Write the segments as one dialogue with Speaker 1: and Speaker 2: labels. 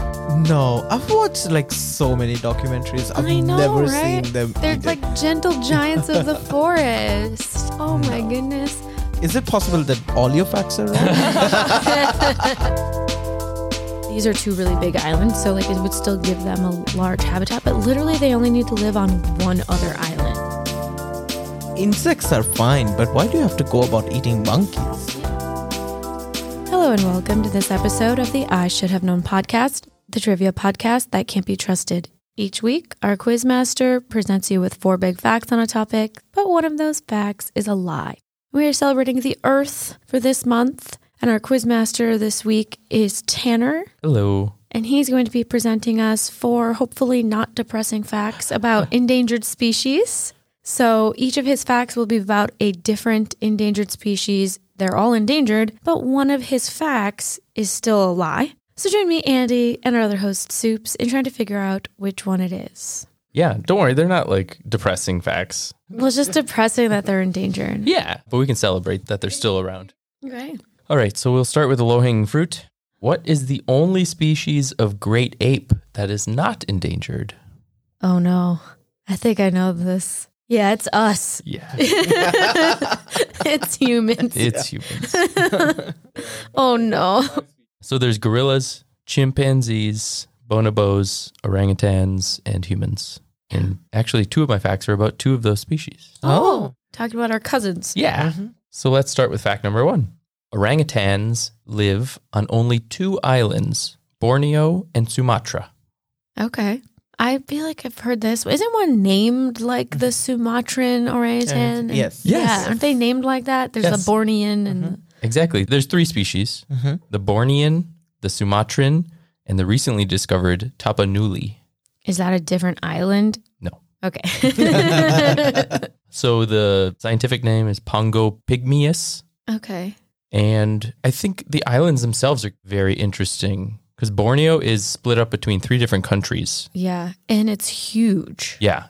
Speaker 1: No, I've watched like so many documentaries. I've
Speaker 2: I know,
Speaker 1: never
Speaker 2: right?
Speaker 1: seen them.
Speaker 2: They're
Speaker 1: eat it.
Speaker 2: like gentle giants of the forest. Oh my goodness.
Speaker 1: Is it possible that all your facts are wrong?
Speaker 2: These are two really big islands, so like it would still give them a large habitat, but literally they only need to live on one other island.
Speaker 1: Insects are fine, but why do you have to go about eating monkeys?
Speaker 2: Hello and welcome to this episode of the I Should Have Known podcast, the trivia podcast that can't be trusted. Each week, our quizmaster presents you with four big facts on a topic, but one of those facts is a lie. We are celebrating the Earth for this month, and our quizmaster this week is Tanner.
Speaker 3: Hello.
Speaker 2: And he's going to be presenting us four hopefully not depressing facts about endangered species. So each of his facts will be about a different endangered species. They're all endangered, but one of his facts is still a lie. So join me, Andy, and our other host, Soups, in trying to figure out which one it is.
Speaker 3: Yeah, don't worry, they're not like depressing facts.
Speaker 2: Well, it's just depressing that they're endangered.
Speaker 3: Yeah, but we can celebrate that they're still around.
Speaker 2: Okay.
Speaker 3: All right, so we'll start with the low hanging fruit. What is the only species of great ape that is not endangered?
Speaker 2: Oh no. I think I know this. Yeah, it's us.
Speaker 3: Yeah,
Speaker 2: It's humans.
Speaker 3: it's humans.
Speaker 2: oh no.
Speaker 3: So there's gorillas, chimpanzees, bonobos, orangutans, and humans. And actually, two of my facts are about two of those species.
Speaker 2: Oh. Talked about our cousins.
Speaker 3: Yeah. So let's start with fact number one orangutans live on only two islands, Borneo and Sumatra.
Speaker 2: Okay. I feel like I've heard this. Isn't one named like the Sumatran orangutan?
Speaker 1: Yes.
Speaker 3: Yes.
Speaker 2: Yeah. Aren't they named like that? There's
Speaker 3: Yes.
Speaker 2: the Bornean and the
Speaker 3: Exactly. There's three species the Bornean, the Sumatran, and the recently discovered Tapanuli.
Speaker 2: is that a different island?
Speaker 3: No.
Speaker 2: Okay.
Speaker 3: So the scientific name is Pongo pygmaeus.
Speaker 2: okay.
Speaker 3: And I think the islands themselves are very interesting because Borneo is split up between three different countries.
Speaker 2: Yeah. And it's huge.
Speaker 3: Yeah.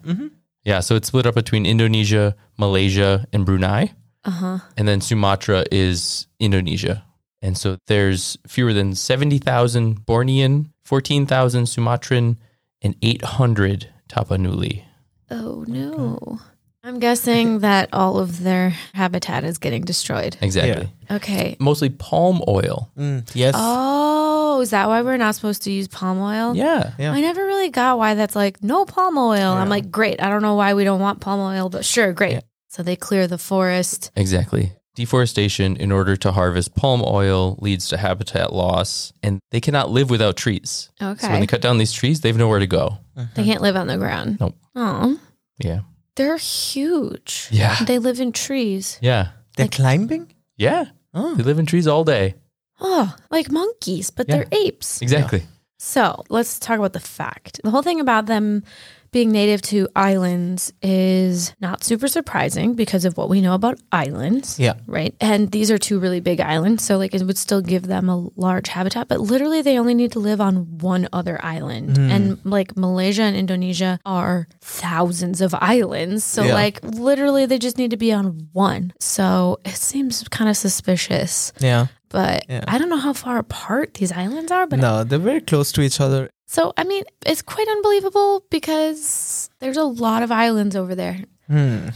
Speaker 3: Yeah. So it's split up between Indonesia, Malaysia, and Brunei.
Speaker 2: Uh huh.
Speaker 3: And then Sumatra is Indonesia. And so there's fewer than 70,000 Bornean, 14,000 Sumatran, and 800 Tapanuli.
Speaker 2: Oh no. I'm guessing that all of their habitat is getting destroyed.
Speaker 3: Exactly.
Speaker 2: Okay.
Speaker 3: Mostly palm oil.
Speaker 1: Yes.
Speaker 2: Oh, is that why we're not supposed to use palm oil?
Speaker 3: Yeah.
Speaker 1: Yeah.
Speaker 2: I never really got why that's like no palm oil. I'm like, great. I don't know why we don't want palm oil, but sure, great. So they clear the forest.
Speaker 3: Exactly. Deforestation in order to harvest palm oil leads to habitat loss, and they cannot live without trees. So when
Speaker 2: Okay.
Speaker 3: they cut down these trees, they have nowhere to go.
Speaker 2: They can't live on the ground.
Speaker 3: Nope.
Speaker 2: Oh,
Speaker 3: Yeah.
Speaker 2: they're huge.
Speaker 3: Yeah.
Speaker 2: They live in trees.
Speaker 3: Yeah.
Speaker 1: They're climbing?
Speaker 3: Yeah.
Speaker 1: Oh.
Speaker 3: They live in trees all day.
Speaker 2: Oh, like monkeys, but they're apes.
Speaker 3: Exactly.
Speaker 2: So let's talk about the fact. The whole thing about them being native to islands is not super surprising because of what we know about islands.
Speaker 1: Yeah.
Speaker 2: Right. And these are two really big islands. So, like, it would still give them a large habitat, but literally they only need to live on one other island.
Speaker 1: Hmm.
Speaker 2: And, like, Malaysia and Indonesia are thousands of islands. So,
Speaker 1: Yeah.
Speaker 2: like, literally they just need to be on one. So, it seems kind of suspicious.
Speaker 1: Yeah.
Speaker 2: But
Speaker 1: Yeah.
Speaker 2: I don't know how far apart these islands are, but
Speaker 1: No, they're very close to each other.
Speaker 2: so, I mean, it's quite unbelievable because there's a lot of islands over there.
Speaker 1: Hmm.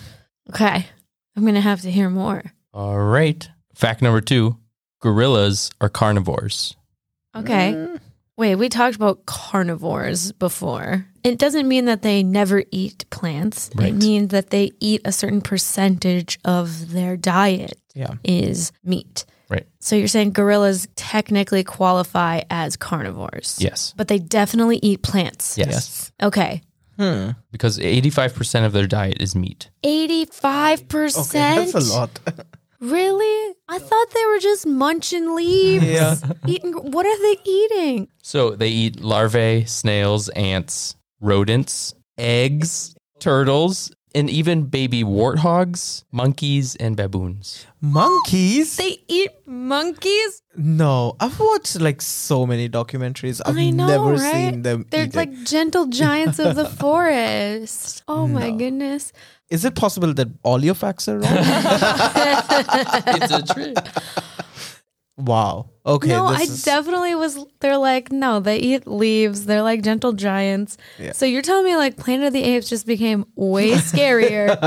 Speaker 2: Okay. I'm going to have to hear more.
Speaker 3: All right. Fact number two gorillas are carnivores.
Speaker 2: Okay. Wait, we talked about carnivores before. It doesn't mean that they never eat plants,
Speaker 3: Right.
Speaker 2: it means that they eat a certain percentage of their diet
Speaker 1: Yeah.
Speaker 2: is meat.
Speaker 3: Right.
Speaker 2: So, you're saying gorillas technically qualify as carnivores?
Speaker 3: Yes.
Speaker 2: But they definitely eat plants.
Speaker 3: Yes.
Speaker 2: Okay.
Speaker 1: Hmm.
Speaker 3: Because 85% of their diet is meat.
Speaker 2: 85%.
Speaker 1: Okay, that's a lot.
Speaker 2: Really? I thought they were just munching leaves.
Speaker 1: Yeah.
Speaker 2: Eating what are they eating?
Speaker 3: So they eat larvae, snails, ants, rodents, eggs, turtles, and even baby warthogs, monkeys, and baboons.
Speaker 1: Monkeys?
Speaker 2: They eat monkeys?
Speaker 1: no, I've watched like so many documentaries. I've
Speaker 2: I know,
Speaker 1: never
Speaker 2: right?
Speaker 1: seen them
Speaker 2: They're
Speaker 1: eat
Speaker 2: like
Speaker 1: it.
Speaker 2: gentle giants of the forest. Oh my goodness.
Speaker 1: Is it possible that all your facts are wrong?
Speaker 3: It's a trick.
Speaker 1: Wow. Okay.
Speaker 2: no,
Speaker 1: this
Speaker 2: I
Speaker 1: is-
Speaker 2: definitely was. They're like, no, they eat leaves. They're like gentle giants.
Speaker 1: Yeah.
Speaker 2: So you're telling me like Planet of the Apes just became way scarier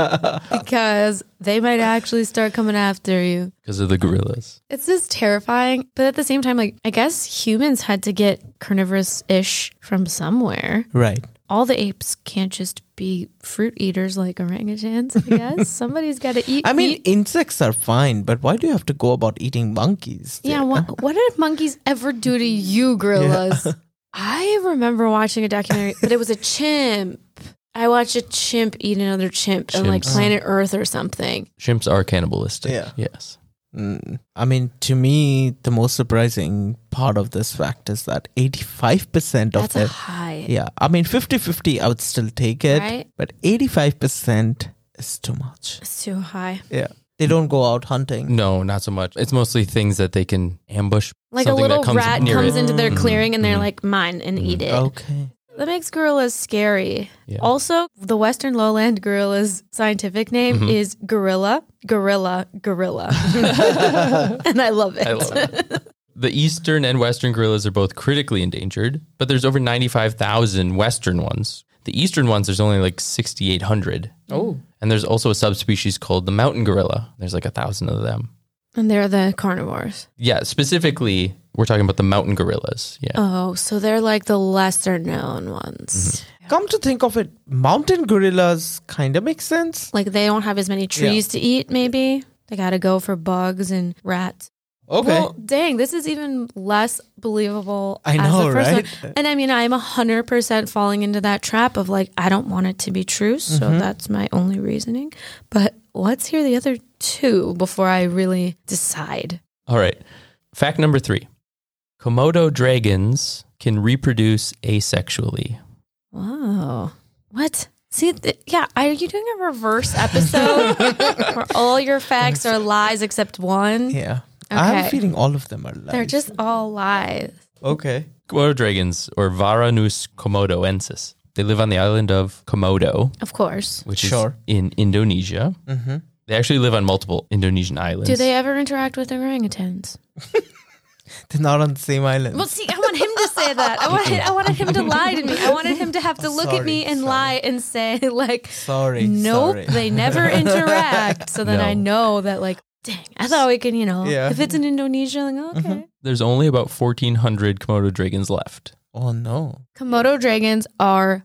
Speaker 2: because they might actually start coming after you.
Speaker 3: because of the gorillas.
Speaker 2: It's just terrifying. But at the same time, like, I guess humans had to get carnivorous ish from somewhere.
Speaker 1: right.
Speaker 2: All the apes can't just be fruit eaters like orangutans, I guess. Somebody's got to eat.
Speaker 1: I mean,
Speaker 2: meat.
Speaker 1: insects are fine, but why do you have to go about eating monkeys?
Speaker 2: Yeah, what, what did monkeys ever do to you, gorillas? I remember watching a documentary, but it was a chimp. I watched a chimp eat another chimp on like
Speaker 3: Chimps.
Speaker 2: planet Earth or something.
Speaker 3: Chimps are cannibalistic.
Speaker 1: Yeah.
Speaker 3: Yes.
Speaker 1: Mm, I mean, to me, the most surprising part of this fact is that 85% of
Speaker 2: That's a
Speaker 1: them.
Speaker 2: high.
Speaker 1: Yeah. I mean, 50 50, I would still take it,
Speaker 2: Right?
Speaker 1: but 85% is too much.
Speaker 2: It's too high.
Speaker 1: Yeah. They don't go out hunting.
Speaker 3: No, not so much. It's mostly things that they can ambush.
Speaker 2: Like
Speaker 3: something
Speaker 2: a little
Speaker 3: that comes
Speaker 2: rat
Speaker 3: near
Speaker 2: comes
Speaker 3: it.
Speaker 2: into their
Speaker 3: Mhm.
Speaker 2: clearing and they're
Speaker 3: Mhm.
Speaker 2: like, mine, and eat it.
Speaker 3: Oh,
Speaker 1: Okay.
Speaker 2: That makes gorillas scary.
Speaker 3: Yeah.
Speaker 2: Also, the Western Lowland gorilla's scientific name
Speaker 3: Mhm.
Speaker 2: is gorilla, gorilla, gorilla. and I love it.
Speaker 3: I love it. The eastern and western gorillas are both critically endangered, but there's over 95,000 western ones. The eastern ones, there's only like 6,800. Oh. And there's also a subspecies called the mountain gorilla. There's like a thousand of them.
Speaker 2: And they're the carnivores.
Speaker 3: Yeah, specifically, we're talking about the mountain gorillas. Yeah.
Speaker 2: Oh, so they're like the lesser known ones.
Speaker 3: Mm-hmm.
Speaker 1: Come to think of it, mountain gorillas kind of makes sense.
Speaker 2: Like they don't have as many trees to eat, maybe. They got to go for bugs and rats.
Speaker 1: Okay.
Speaker 2: Well, dang, this is even less believable.
Speaker 1: I
Speaker 2: as
Speaker 1: know,
Speaker 2: the first
Speaker 1: right?
Speaker 2: one. And I mean, I'm 100% falling into that trap of like, I don't want it to be true. So
Speaker 1: Mm-hmm.
Speaker 2: that's my only reasoning. But let's hear the other two before I really decide.
Speaker 3: All right. Fact number three Komodo dragons can reproduce asexually.
Speaker 2: Wow. What? See, th- yeah, are you doing a reverse episode where all your facts are lies except one?
Speaker 1: yeah. I have a
Speaker 2: Okay.
Speaker 1: feeling all of them are lies.
Speaker 2: They're just all lies.
Speaker 1: okay.
Speaker 3: Komodo dragons, or Varanus komodoensis, they live on the island of Komodo,
Speaker 2: Of course.
Speaker 3: which
Speaker 1: Sure.
Speaker 3: is in Indonesia.
Speaker 1: Mm-hmm.
Speaker 3: They actually live on multiple Indonesian islands.
Speaker 2: Do they ever interact with orangutans?
Speaker 1: They're not on the same island.
Speaker 2: Well, see, I want him to say that. I wanted, I wanted him to lie to me. I wanted him to have to
Speaker 1: Oh,
Speaker 2: look at
Speaker 1: sorry,
Speaker 2: me and
Speaker 1: sorry.
Speaker 2: lie and say, like,
Speaker 1: sorry.
Speaker 2: nope,
Speaker 1: Sorry.
Speaker 2: they never interact. So then
Speaker 3: No.
Speaker 2: I know that, like, dang, I thought we can, you know,
Speaker 1: Yeah. Mm-hmm.
Speaker 2: if it's in Indonesia, like, okay.
Speaker 3: There's only about 1,400 Komodo dragons left.
Speaker 1: oh no.
Speaker 2: Komodo dragons are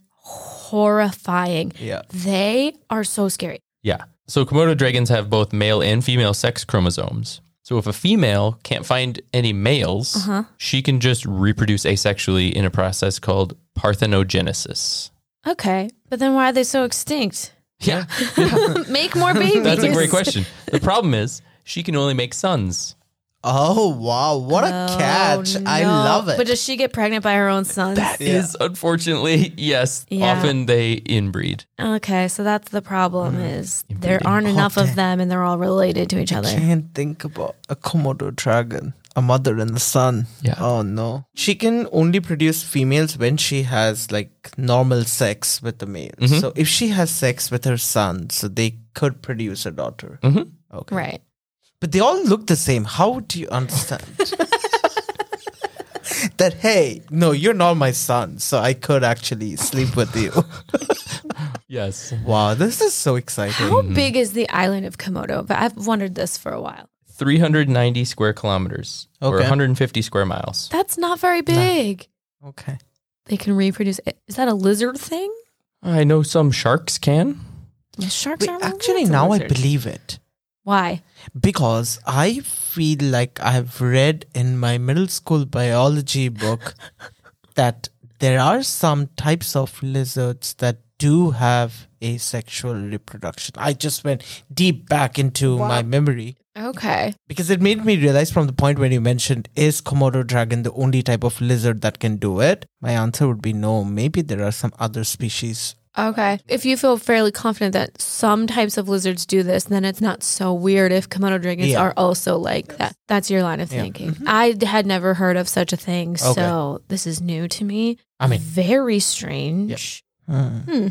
Speaker 2: horrifying.
Speaker 1: Yeah.
Speaker 2: They are so scary.
Speaker 3: Yeah. So Komodo dragons have both male and female sex chromosomes. So if a female can't find any males,
Speaker 2: Uh-huh.
Speaker 3: she can just reproduce asexually in a process called parthenogenesis.
Speaker 2: Okay. But then why are they so extinct?
Speaker 3: Yeah.
Speaker 2: Make more babies.
Speaker 3: That's a great question. The problem is she can only make sons.
Speaker 1: Oh wow! What a catch!
Speaker 2: Oh,
Speaker 1: I
Speaker 2: no.
Speaker 1: love it.
Speaker 2: But does she get pregnant by her own sons?
Speaker 3: That is
Speaker 1: Yeah.
Speaker 3: unfortunately, yes,
Speaker 2: Yeah.
Speaker 3: often they inbreed.
Speaker 2: okay, so that's the problem
Speaker 1: Mm-hmm.
Speaker 2: is there
Speaker 3: Inbreeding.
Speaker 2: aren't enough
Speaker 1: Oh,
Speaker 2: of
Speaker 1: dang.
Speaker 2: them and they're all related to each
Speaker 1: I
Speaker 2: other.
Speaker 1: can't think about a Komodo dragon, a mother and the son.
Speaker 3: Yeah.
Speaker 1: Oh no. She can only produce females when she has like normal sex with the male.
Speaker 3: Mhm.
Speaker 1: So if she has sex with her son, so they could produce a daughter.
Speaker 3: Mhm.
Speaker 1: Okay.
Speaker 2: Right.
Speaker 1: But they all look the same. How do you understand? that hey, no, you're not my son, so I could actually sleep with you.
Speaker 3: Yes.
Speaker 1: wow, this is so exciting.
Speaker 2: How big is the island of Komodo? But I've wondered this for a while.
Speaker 3: 390 square kilometers or
Speaker 1: Okay.
Speaker 3: 150 square miles.
Speaker 2: That's not very big.
Speaker 1: Okay.
Speaker 2: They can reproduce. Is that a lizard thing?
Speaker 3: I know some sharks can.
Speaker 2: Sharks
Speaker 1: Wait,
Speaker 2: are
Speaker 1: actually, now I believe it
Speaker 2: Why?
Speaker 1: because I feel like I've read in my middle school biology book that there are some types of lizards that do have asexual reproduction. I just went deep back into my memory
Speaker 2: Okay.
Speaker 1: because it made me realize from the point when you mentioned is Komodo dragon the only type of lizard that can do it? My answer would be no. Maybe there are some other species.
Speaker 2: Okay. If you feel fairly confident that some types of lizards do this, then it's not so weird if Komodo dragons
Speaker 1: Yeah.
Speaker 2: are also like that. That's your line of
Speaker 1: Yeah.
Speaker 2: thinking. I d- had never heard of such a thing, so this is new to me.
Speaker 1: I mean,
Speaker 2: Very strange.
Speaker 1: hmm.
Speaker 2: Hmm.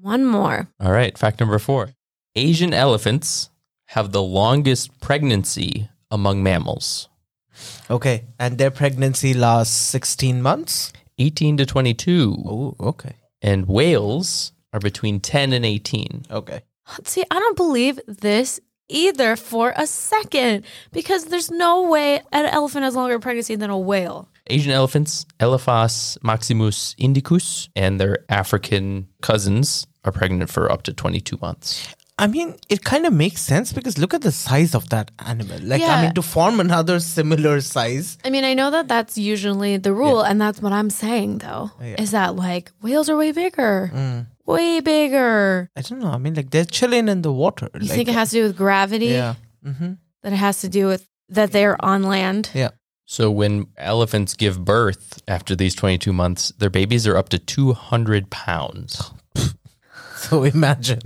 Speaker 2: One more.
Speaker 3: All right, fact number 4. Asian elephants have the longest pregnancy among mammals.
Speaker 1: Okay, and their pregnancy lasts 16 months?
Speaker 3: 18 to 22.
Speaker 1: Oh, okay.
Speaker 3: And whales are between 10 and 18.
Speaker 1: Okay.
Speaker 2: See, I don't believe this either for a second because there's no way an elephant has longer pregnancy than a whale.
Speaker 3: Asian elephants, Elephas maximus indicus, and their African cousins are pregnant for up to 22 months.
Speaker 1: I mean, it kind of makes sense because look at the size of that animal. Like, I
Speaker 2: Yeah.
Speaker 1: mean, to form another similar size.
Speaker 2: I mean, I know that that's usually the rule, and that's what I'm saying though,
Speaker 1: Oh,
Speaker 2: is that like whales are way bigger,
Speaker 1: Mm.
Speaker 2: way bigger.
Speaker 1: I don't know. I mean, like, they're chilling in the water.
Speaker 2: You think it has to do with gravity?
Speaker 1: Yeah. Mm-hmm.
Speaker 2: That it has to do with that they're on land?
Speaker 1: Yeah.
Speaker 3: So when elephants give birth after these 22 months, their babies are up to 200 pounds.
Speaker 1: So imagine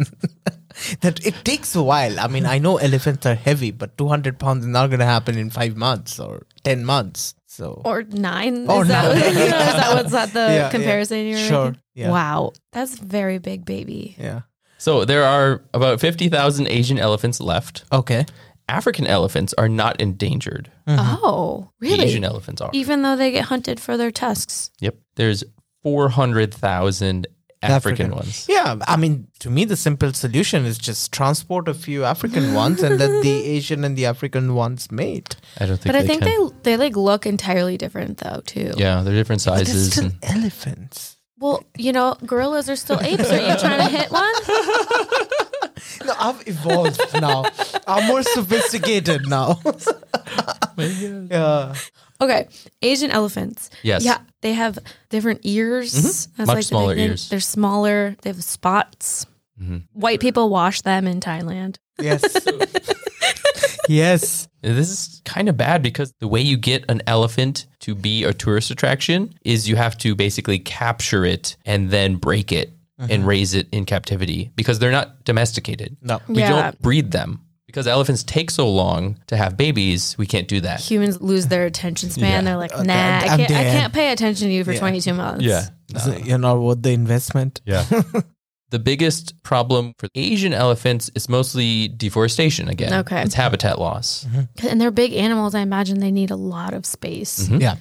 Speaker 1: that it takes a while. I mean, I know elephants are heavy, but 200 pounds is not going to happen in five months or 10 months. So,
Speaker 2: Or nine?
Speaker 1: Or
Speaker 2: is, that,
Speaker 1: nine.
Speaker 2: is that what's that the
Speaker 1: Oh, Yeah, yeah.
Speaker 2: comparison you're
Speaker 1: Sure,
Speaker 2: making?
Speaker 1: yeah.
Speaker 2: Wow, that's a very big baby.
Speaker 1: yeah.
Speaker 3: So there are about 50,000 Asian elephants left.
Speaker 1: Okay.
Speaker 3: African elephants are not endangered.
Speaker 1: Mm-hmm.
Speaker 2: Oh, really? E-
Speaker 3: The Asian elephants are.
Speaker 2: even though they get hunted for their tusks.
Speaker 3: Yep. There's 400,000 African,
Speaker 1: African.
Speaker 3: ones.
Speaker 1: Yeah. I mean, to me, the simple solution is just transport a few African ones and let the Asian and the African ones mate.
Speaker 3: I don't think
Speaker 2: But
Speaker 3: they
Speaker 2: I think
Speaker 3: can.
Speaker 2: they they like look entirely different though too.
Speaker 3: Yeah, they're different
Speaker 1: But they're
Speaker 3: sizes.
Speaker 1: still
Speaker 3: and-
Speaker 1: elephants.
Speaker 2: Well, you know, gorillas are still apes. Are you trying to hit one?
Speaker 1: No, I've evolved now. I'm more sophisticated now. yeah.
Speaker 2: Okay, Asian elephants.
Speaker 3: Yes. Mm-hmm.
Speaker 2: Yeah, they have different ears. That's
Speaker 3: Much
Speaker 2: the big
Speaker 3: smaller
Speaker 2: thing.
Speaker 3: ears. Mm-hmm.
Speaker 2: They're smaller. They have spots. White people wash them in Thailand.
Speaker 1: Yes. yes.
Speaker 3: This is kind of bad because the way you get an elephant to be a tourist attraction is you have to basically capture it and then break it and raise it in captivity because they're not domesticated.
Speaker 1: No.
Speaker 3: We
Speaker 2: Yeah.
Speaker 3: don't breed them. Because elephants take so long to have babies, we can't do that.
Speaker 2: Humans lose their attention span. They're like, nah,
Speaker 1: I'm-
Speaker 2: I
Speaker 1: I'm
Speaker 2: can't, I
Speaker 1: dead."
Speaker 2: can't pay attention to you for 22 months.
Speaker 1: So you're not worth the investment.
Speaker 3: Yeah. the biggest problem for Asian elephants is mostly deforestation again.
Speaker 2: Okay.
Speaker 3: It's habitat loss.
Speaker 2: And they're big animals. I imagine they need a lot of space.
Speaker 3: Mm-hmm. Hmm?
Speaker 1: Yeah.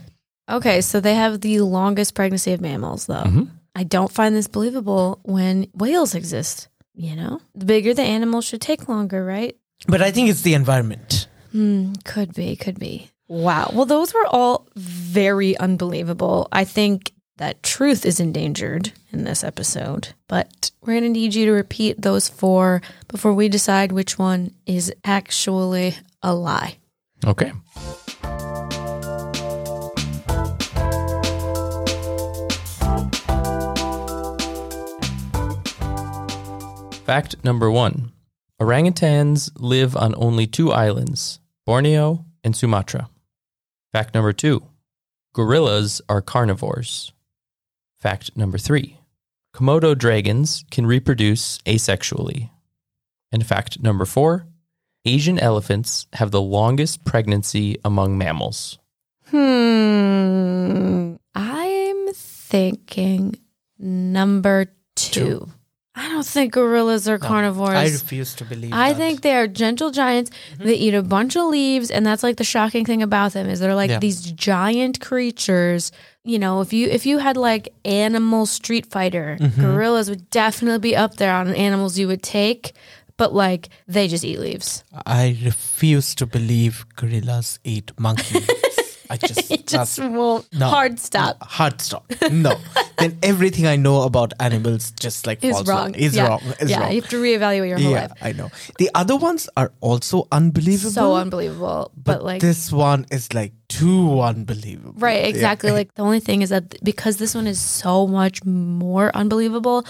Speaker 2: Okay, so they have the longest pregnancy of mammals, though.
Speaker 3: Mm-hmm.
Speaker 2: I don't find this believable when whales exist. You know, the bigger the animal should take longer, right?
Speaker 1: But I think it's the environment.
Speaker 2: Hmm, could be, could be. Wow. Well, those were all very unbelievable. I think that truth is endangered in this episode, but we're going to need you to repeat those four before we decide which one is actually a lie.
Speaker 3: Okay. Fact number one orangutans live on only two islands, Borneo and Sumatra. Fact number two gorillas are carnivores. Fact number three Komodo dragons can reproduce asexually. And fact number four Asian elephants have the longest pregnancy among mammals.
Speaker 2: Hmm. I'm thinking number two.
Speaker 1: Two.
Speaker 2: I don't think gorillas are carnivores.
Speaker 1: I
Speaker 2: I,
Speaker 1: refuse to believe. that.
Speaker 2: think they are gentle giants.
Speaker 1: Mm-hmm.
Speaker 2: They eat a bunch of leaves, and that's like the shocking thing about them is they're like
Speaker 1: Yeah.
Speaker 2: these giant creatures. You know, if you if you had like animal Street Fighter,
Speaker 1: Mm-hmm.
Speaker 2: gorillas would definitely be up there on animals you would take. But like they just eat leaves.
Speaker 1: I refuse to believe gorillas eat monkeys. I just,
Speaker 2: It just
Speaker 1: that's
Speaker 2: won't
Speaker 1: No.
Speaker 2: hard stop.
Speaker 1: hard stop. No, then everything I know about animals just like
Speaker 2: Is
Speaker 1: falls
Speaker 2: wrong.
Speaker 1: Is
Speaker 2: yeah.
Speaker 1: wrong. Is
Speaker 2: yeah,
Speaker 1: wrong.
Speaker 2: you have to reevaluate your whole
Speaker 1: yeah,
Speaker 2: life.
Speaker 1: I know. The other ones are also unbelievable.
Speaker 2: so unbelievable. But, like,
Speaker 1: this one is like too unbelievable.
Speaker 2: right, exactly. Like, the only thing is that th- because this one is so much more unbelievable,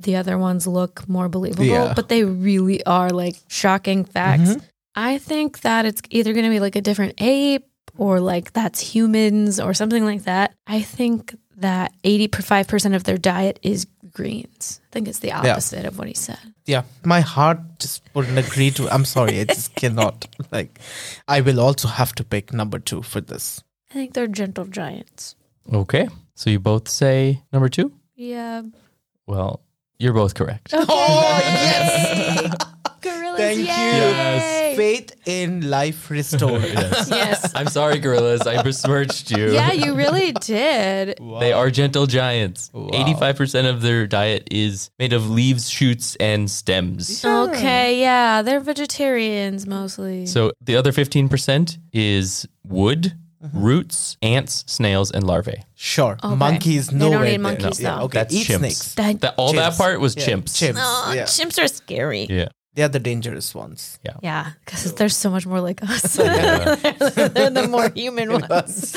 Speaker 2: the other ones look more believable,
Speaker 1: Mm-hmm. Yeah. Mm-hmm.
Speaker 2: but they really are like shocking facts. I think that it's either going to be like a different ape or like that's humans or something like that. I think that 85% of their diet is greens. I think it's the opposite of what he said.
Speaker 1: Yeah, my heart just wouldn't agree to. I'm sorry, I just cannot. Like, I will also have to pick number two for this.
Speaker 2: I think they're gentle giants.
Speaker 3: Okay. So you both say number two?
Speaker 2: Yeah.
Speaker 3: Well, you're both correct.
Speaker 2: Okay.
Speaker 1: Oh yes,
Speaker 2: Gorillas
Speaker 1: Thank
Speaker 2: Yay!
Speaker 1: you. Faith in life restored.
Speaker 2: Yes.
Speaker 3: I'm sorry, gorillas. I besmirched you.
Speaker 2: Yeah, you really did.
Speaker 3: They are gentle giants. 85% of their diet is made of leaves, shoots, and stems.
Speaker 2: Okay, yeah, they're vegetarians mostly.
Speaker 3: So the other 15% is wood,
Speaker 1: Uh-huh.
Speaker 3: roots, ants, snails, and larvae.
Speaker 1: Sure. Monkeys,
Speaker 2: They
Speaker 1: no
Speaker 2: don't
Speaker 1: way.
Speaker 2: need monkeys,
Speaker 1: yeah,
Speaker 2: though.
Speaker 1: okay.
Speaker 3: That's
Speaker 1: Eat
Speaker 3: chimps.
Speaker 1: snakes.
Speaker 2: That-
Speaker 3: That, all that
Speaker 1: Chimps.
Speaker 3: part was
Speaker 1: Yeah,
Speaker 3: chimps.
Speaker 1: Chimps.
Speaker 2: oh,
Speaker 1: yeah.
Speaker 2: chimps are scary.
Speaker 3: Yeah.
Speaker 1: They're the dangerous ones.
Speaker 2: Yeah, because they're so much more like us than the more human ones.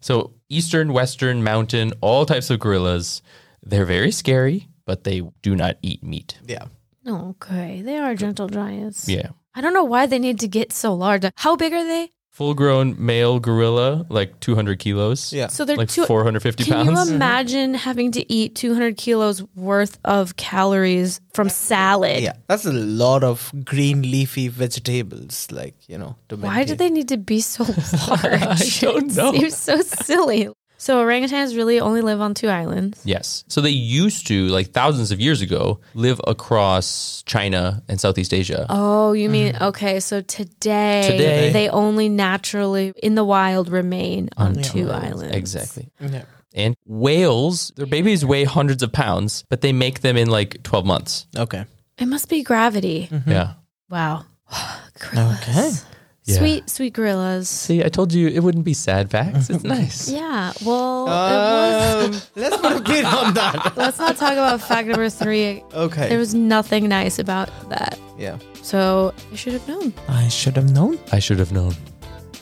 Speaker 3: So eastern, western, mountain, all types of gorillas. They're very scary, but they do not eat meat.
Speaker 1: Yeah.
Speaker 2: Okay, they are gentle giants.
Speaker 3: Yeah.
Speaker 2: I don't know why they need to get so large. How big are they?
Speaker 3: Full grown male gorilla, like 200 kilos.
Speaker 1: Yeah.
Speaker 2: So they're
Speaker 3: Like
Speaker 2: two.
Speaker 3: 450
Speaker 2: Can
Speaker 3: pounds.
Speaker 2: you um, imagine having to eat 200 kilos worth of calories from salad?
Speaker 1: Yeah. That's a lot of green leafy vegetables, like, you know, to
Speaker 2: Why do
Speaker 1: maintain.
Speaker 2: they need to be so large?
Speaker 3: don't know.
Speaker 2: It seems so silly. So orangutans really only live on two islands.
Speaker 3: Yes. So they used to, like thousands of years ago, live across China and Southeast Asia.
Speaker 2: Oh, you mean okay? So today,
Speaker 3: Mm-hmm. Today.
Speaker 2: they only naturally in the wild remain on two islands.
Speaker 3: Exactly.
Speaker 1: Yeah.
Speaker 3: And whales, their babies weigh hundreds of pounds, but they make them in like 12 months.
Speaker 1: Okay.
Speaker 2: It must be gravity.
Speaker 3: Yeah.
Speaker 2: Wow. gorillas.
Speaker 1: Okay.
Speaker 3: Yeah.
Speaker 2: Sweet, sweet gorillas.
Speaker 3: See, I told you it wouldn't be sad facts. It's nice.
Speaker 2: Yeah. Well, it was,
Speaker 3: Uh.
Speaker 1: Um, let's put a pin on that.
Speaker 2: let's not talk about fact number three.
Speaker 1: Okay.
Speaker 2: There was nothing nice about that.
Speaker 1: yeah.
Speaker 2: So I should have known.
Speaker 1: I should have known.
Speaker 3: I should have known.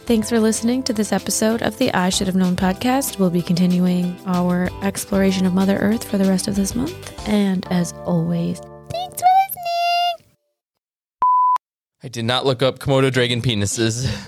Speaker 2: Thanks for listening to this episode of the I Should Have Known podcast. We'll be continuing our exploration of Mother Earth for the rest of this month. And as always, thanks for listening.
Speaker 3: I did not look up Komodo dragon penises.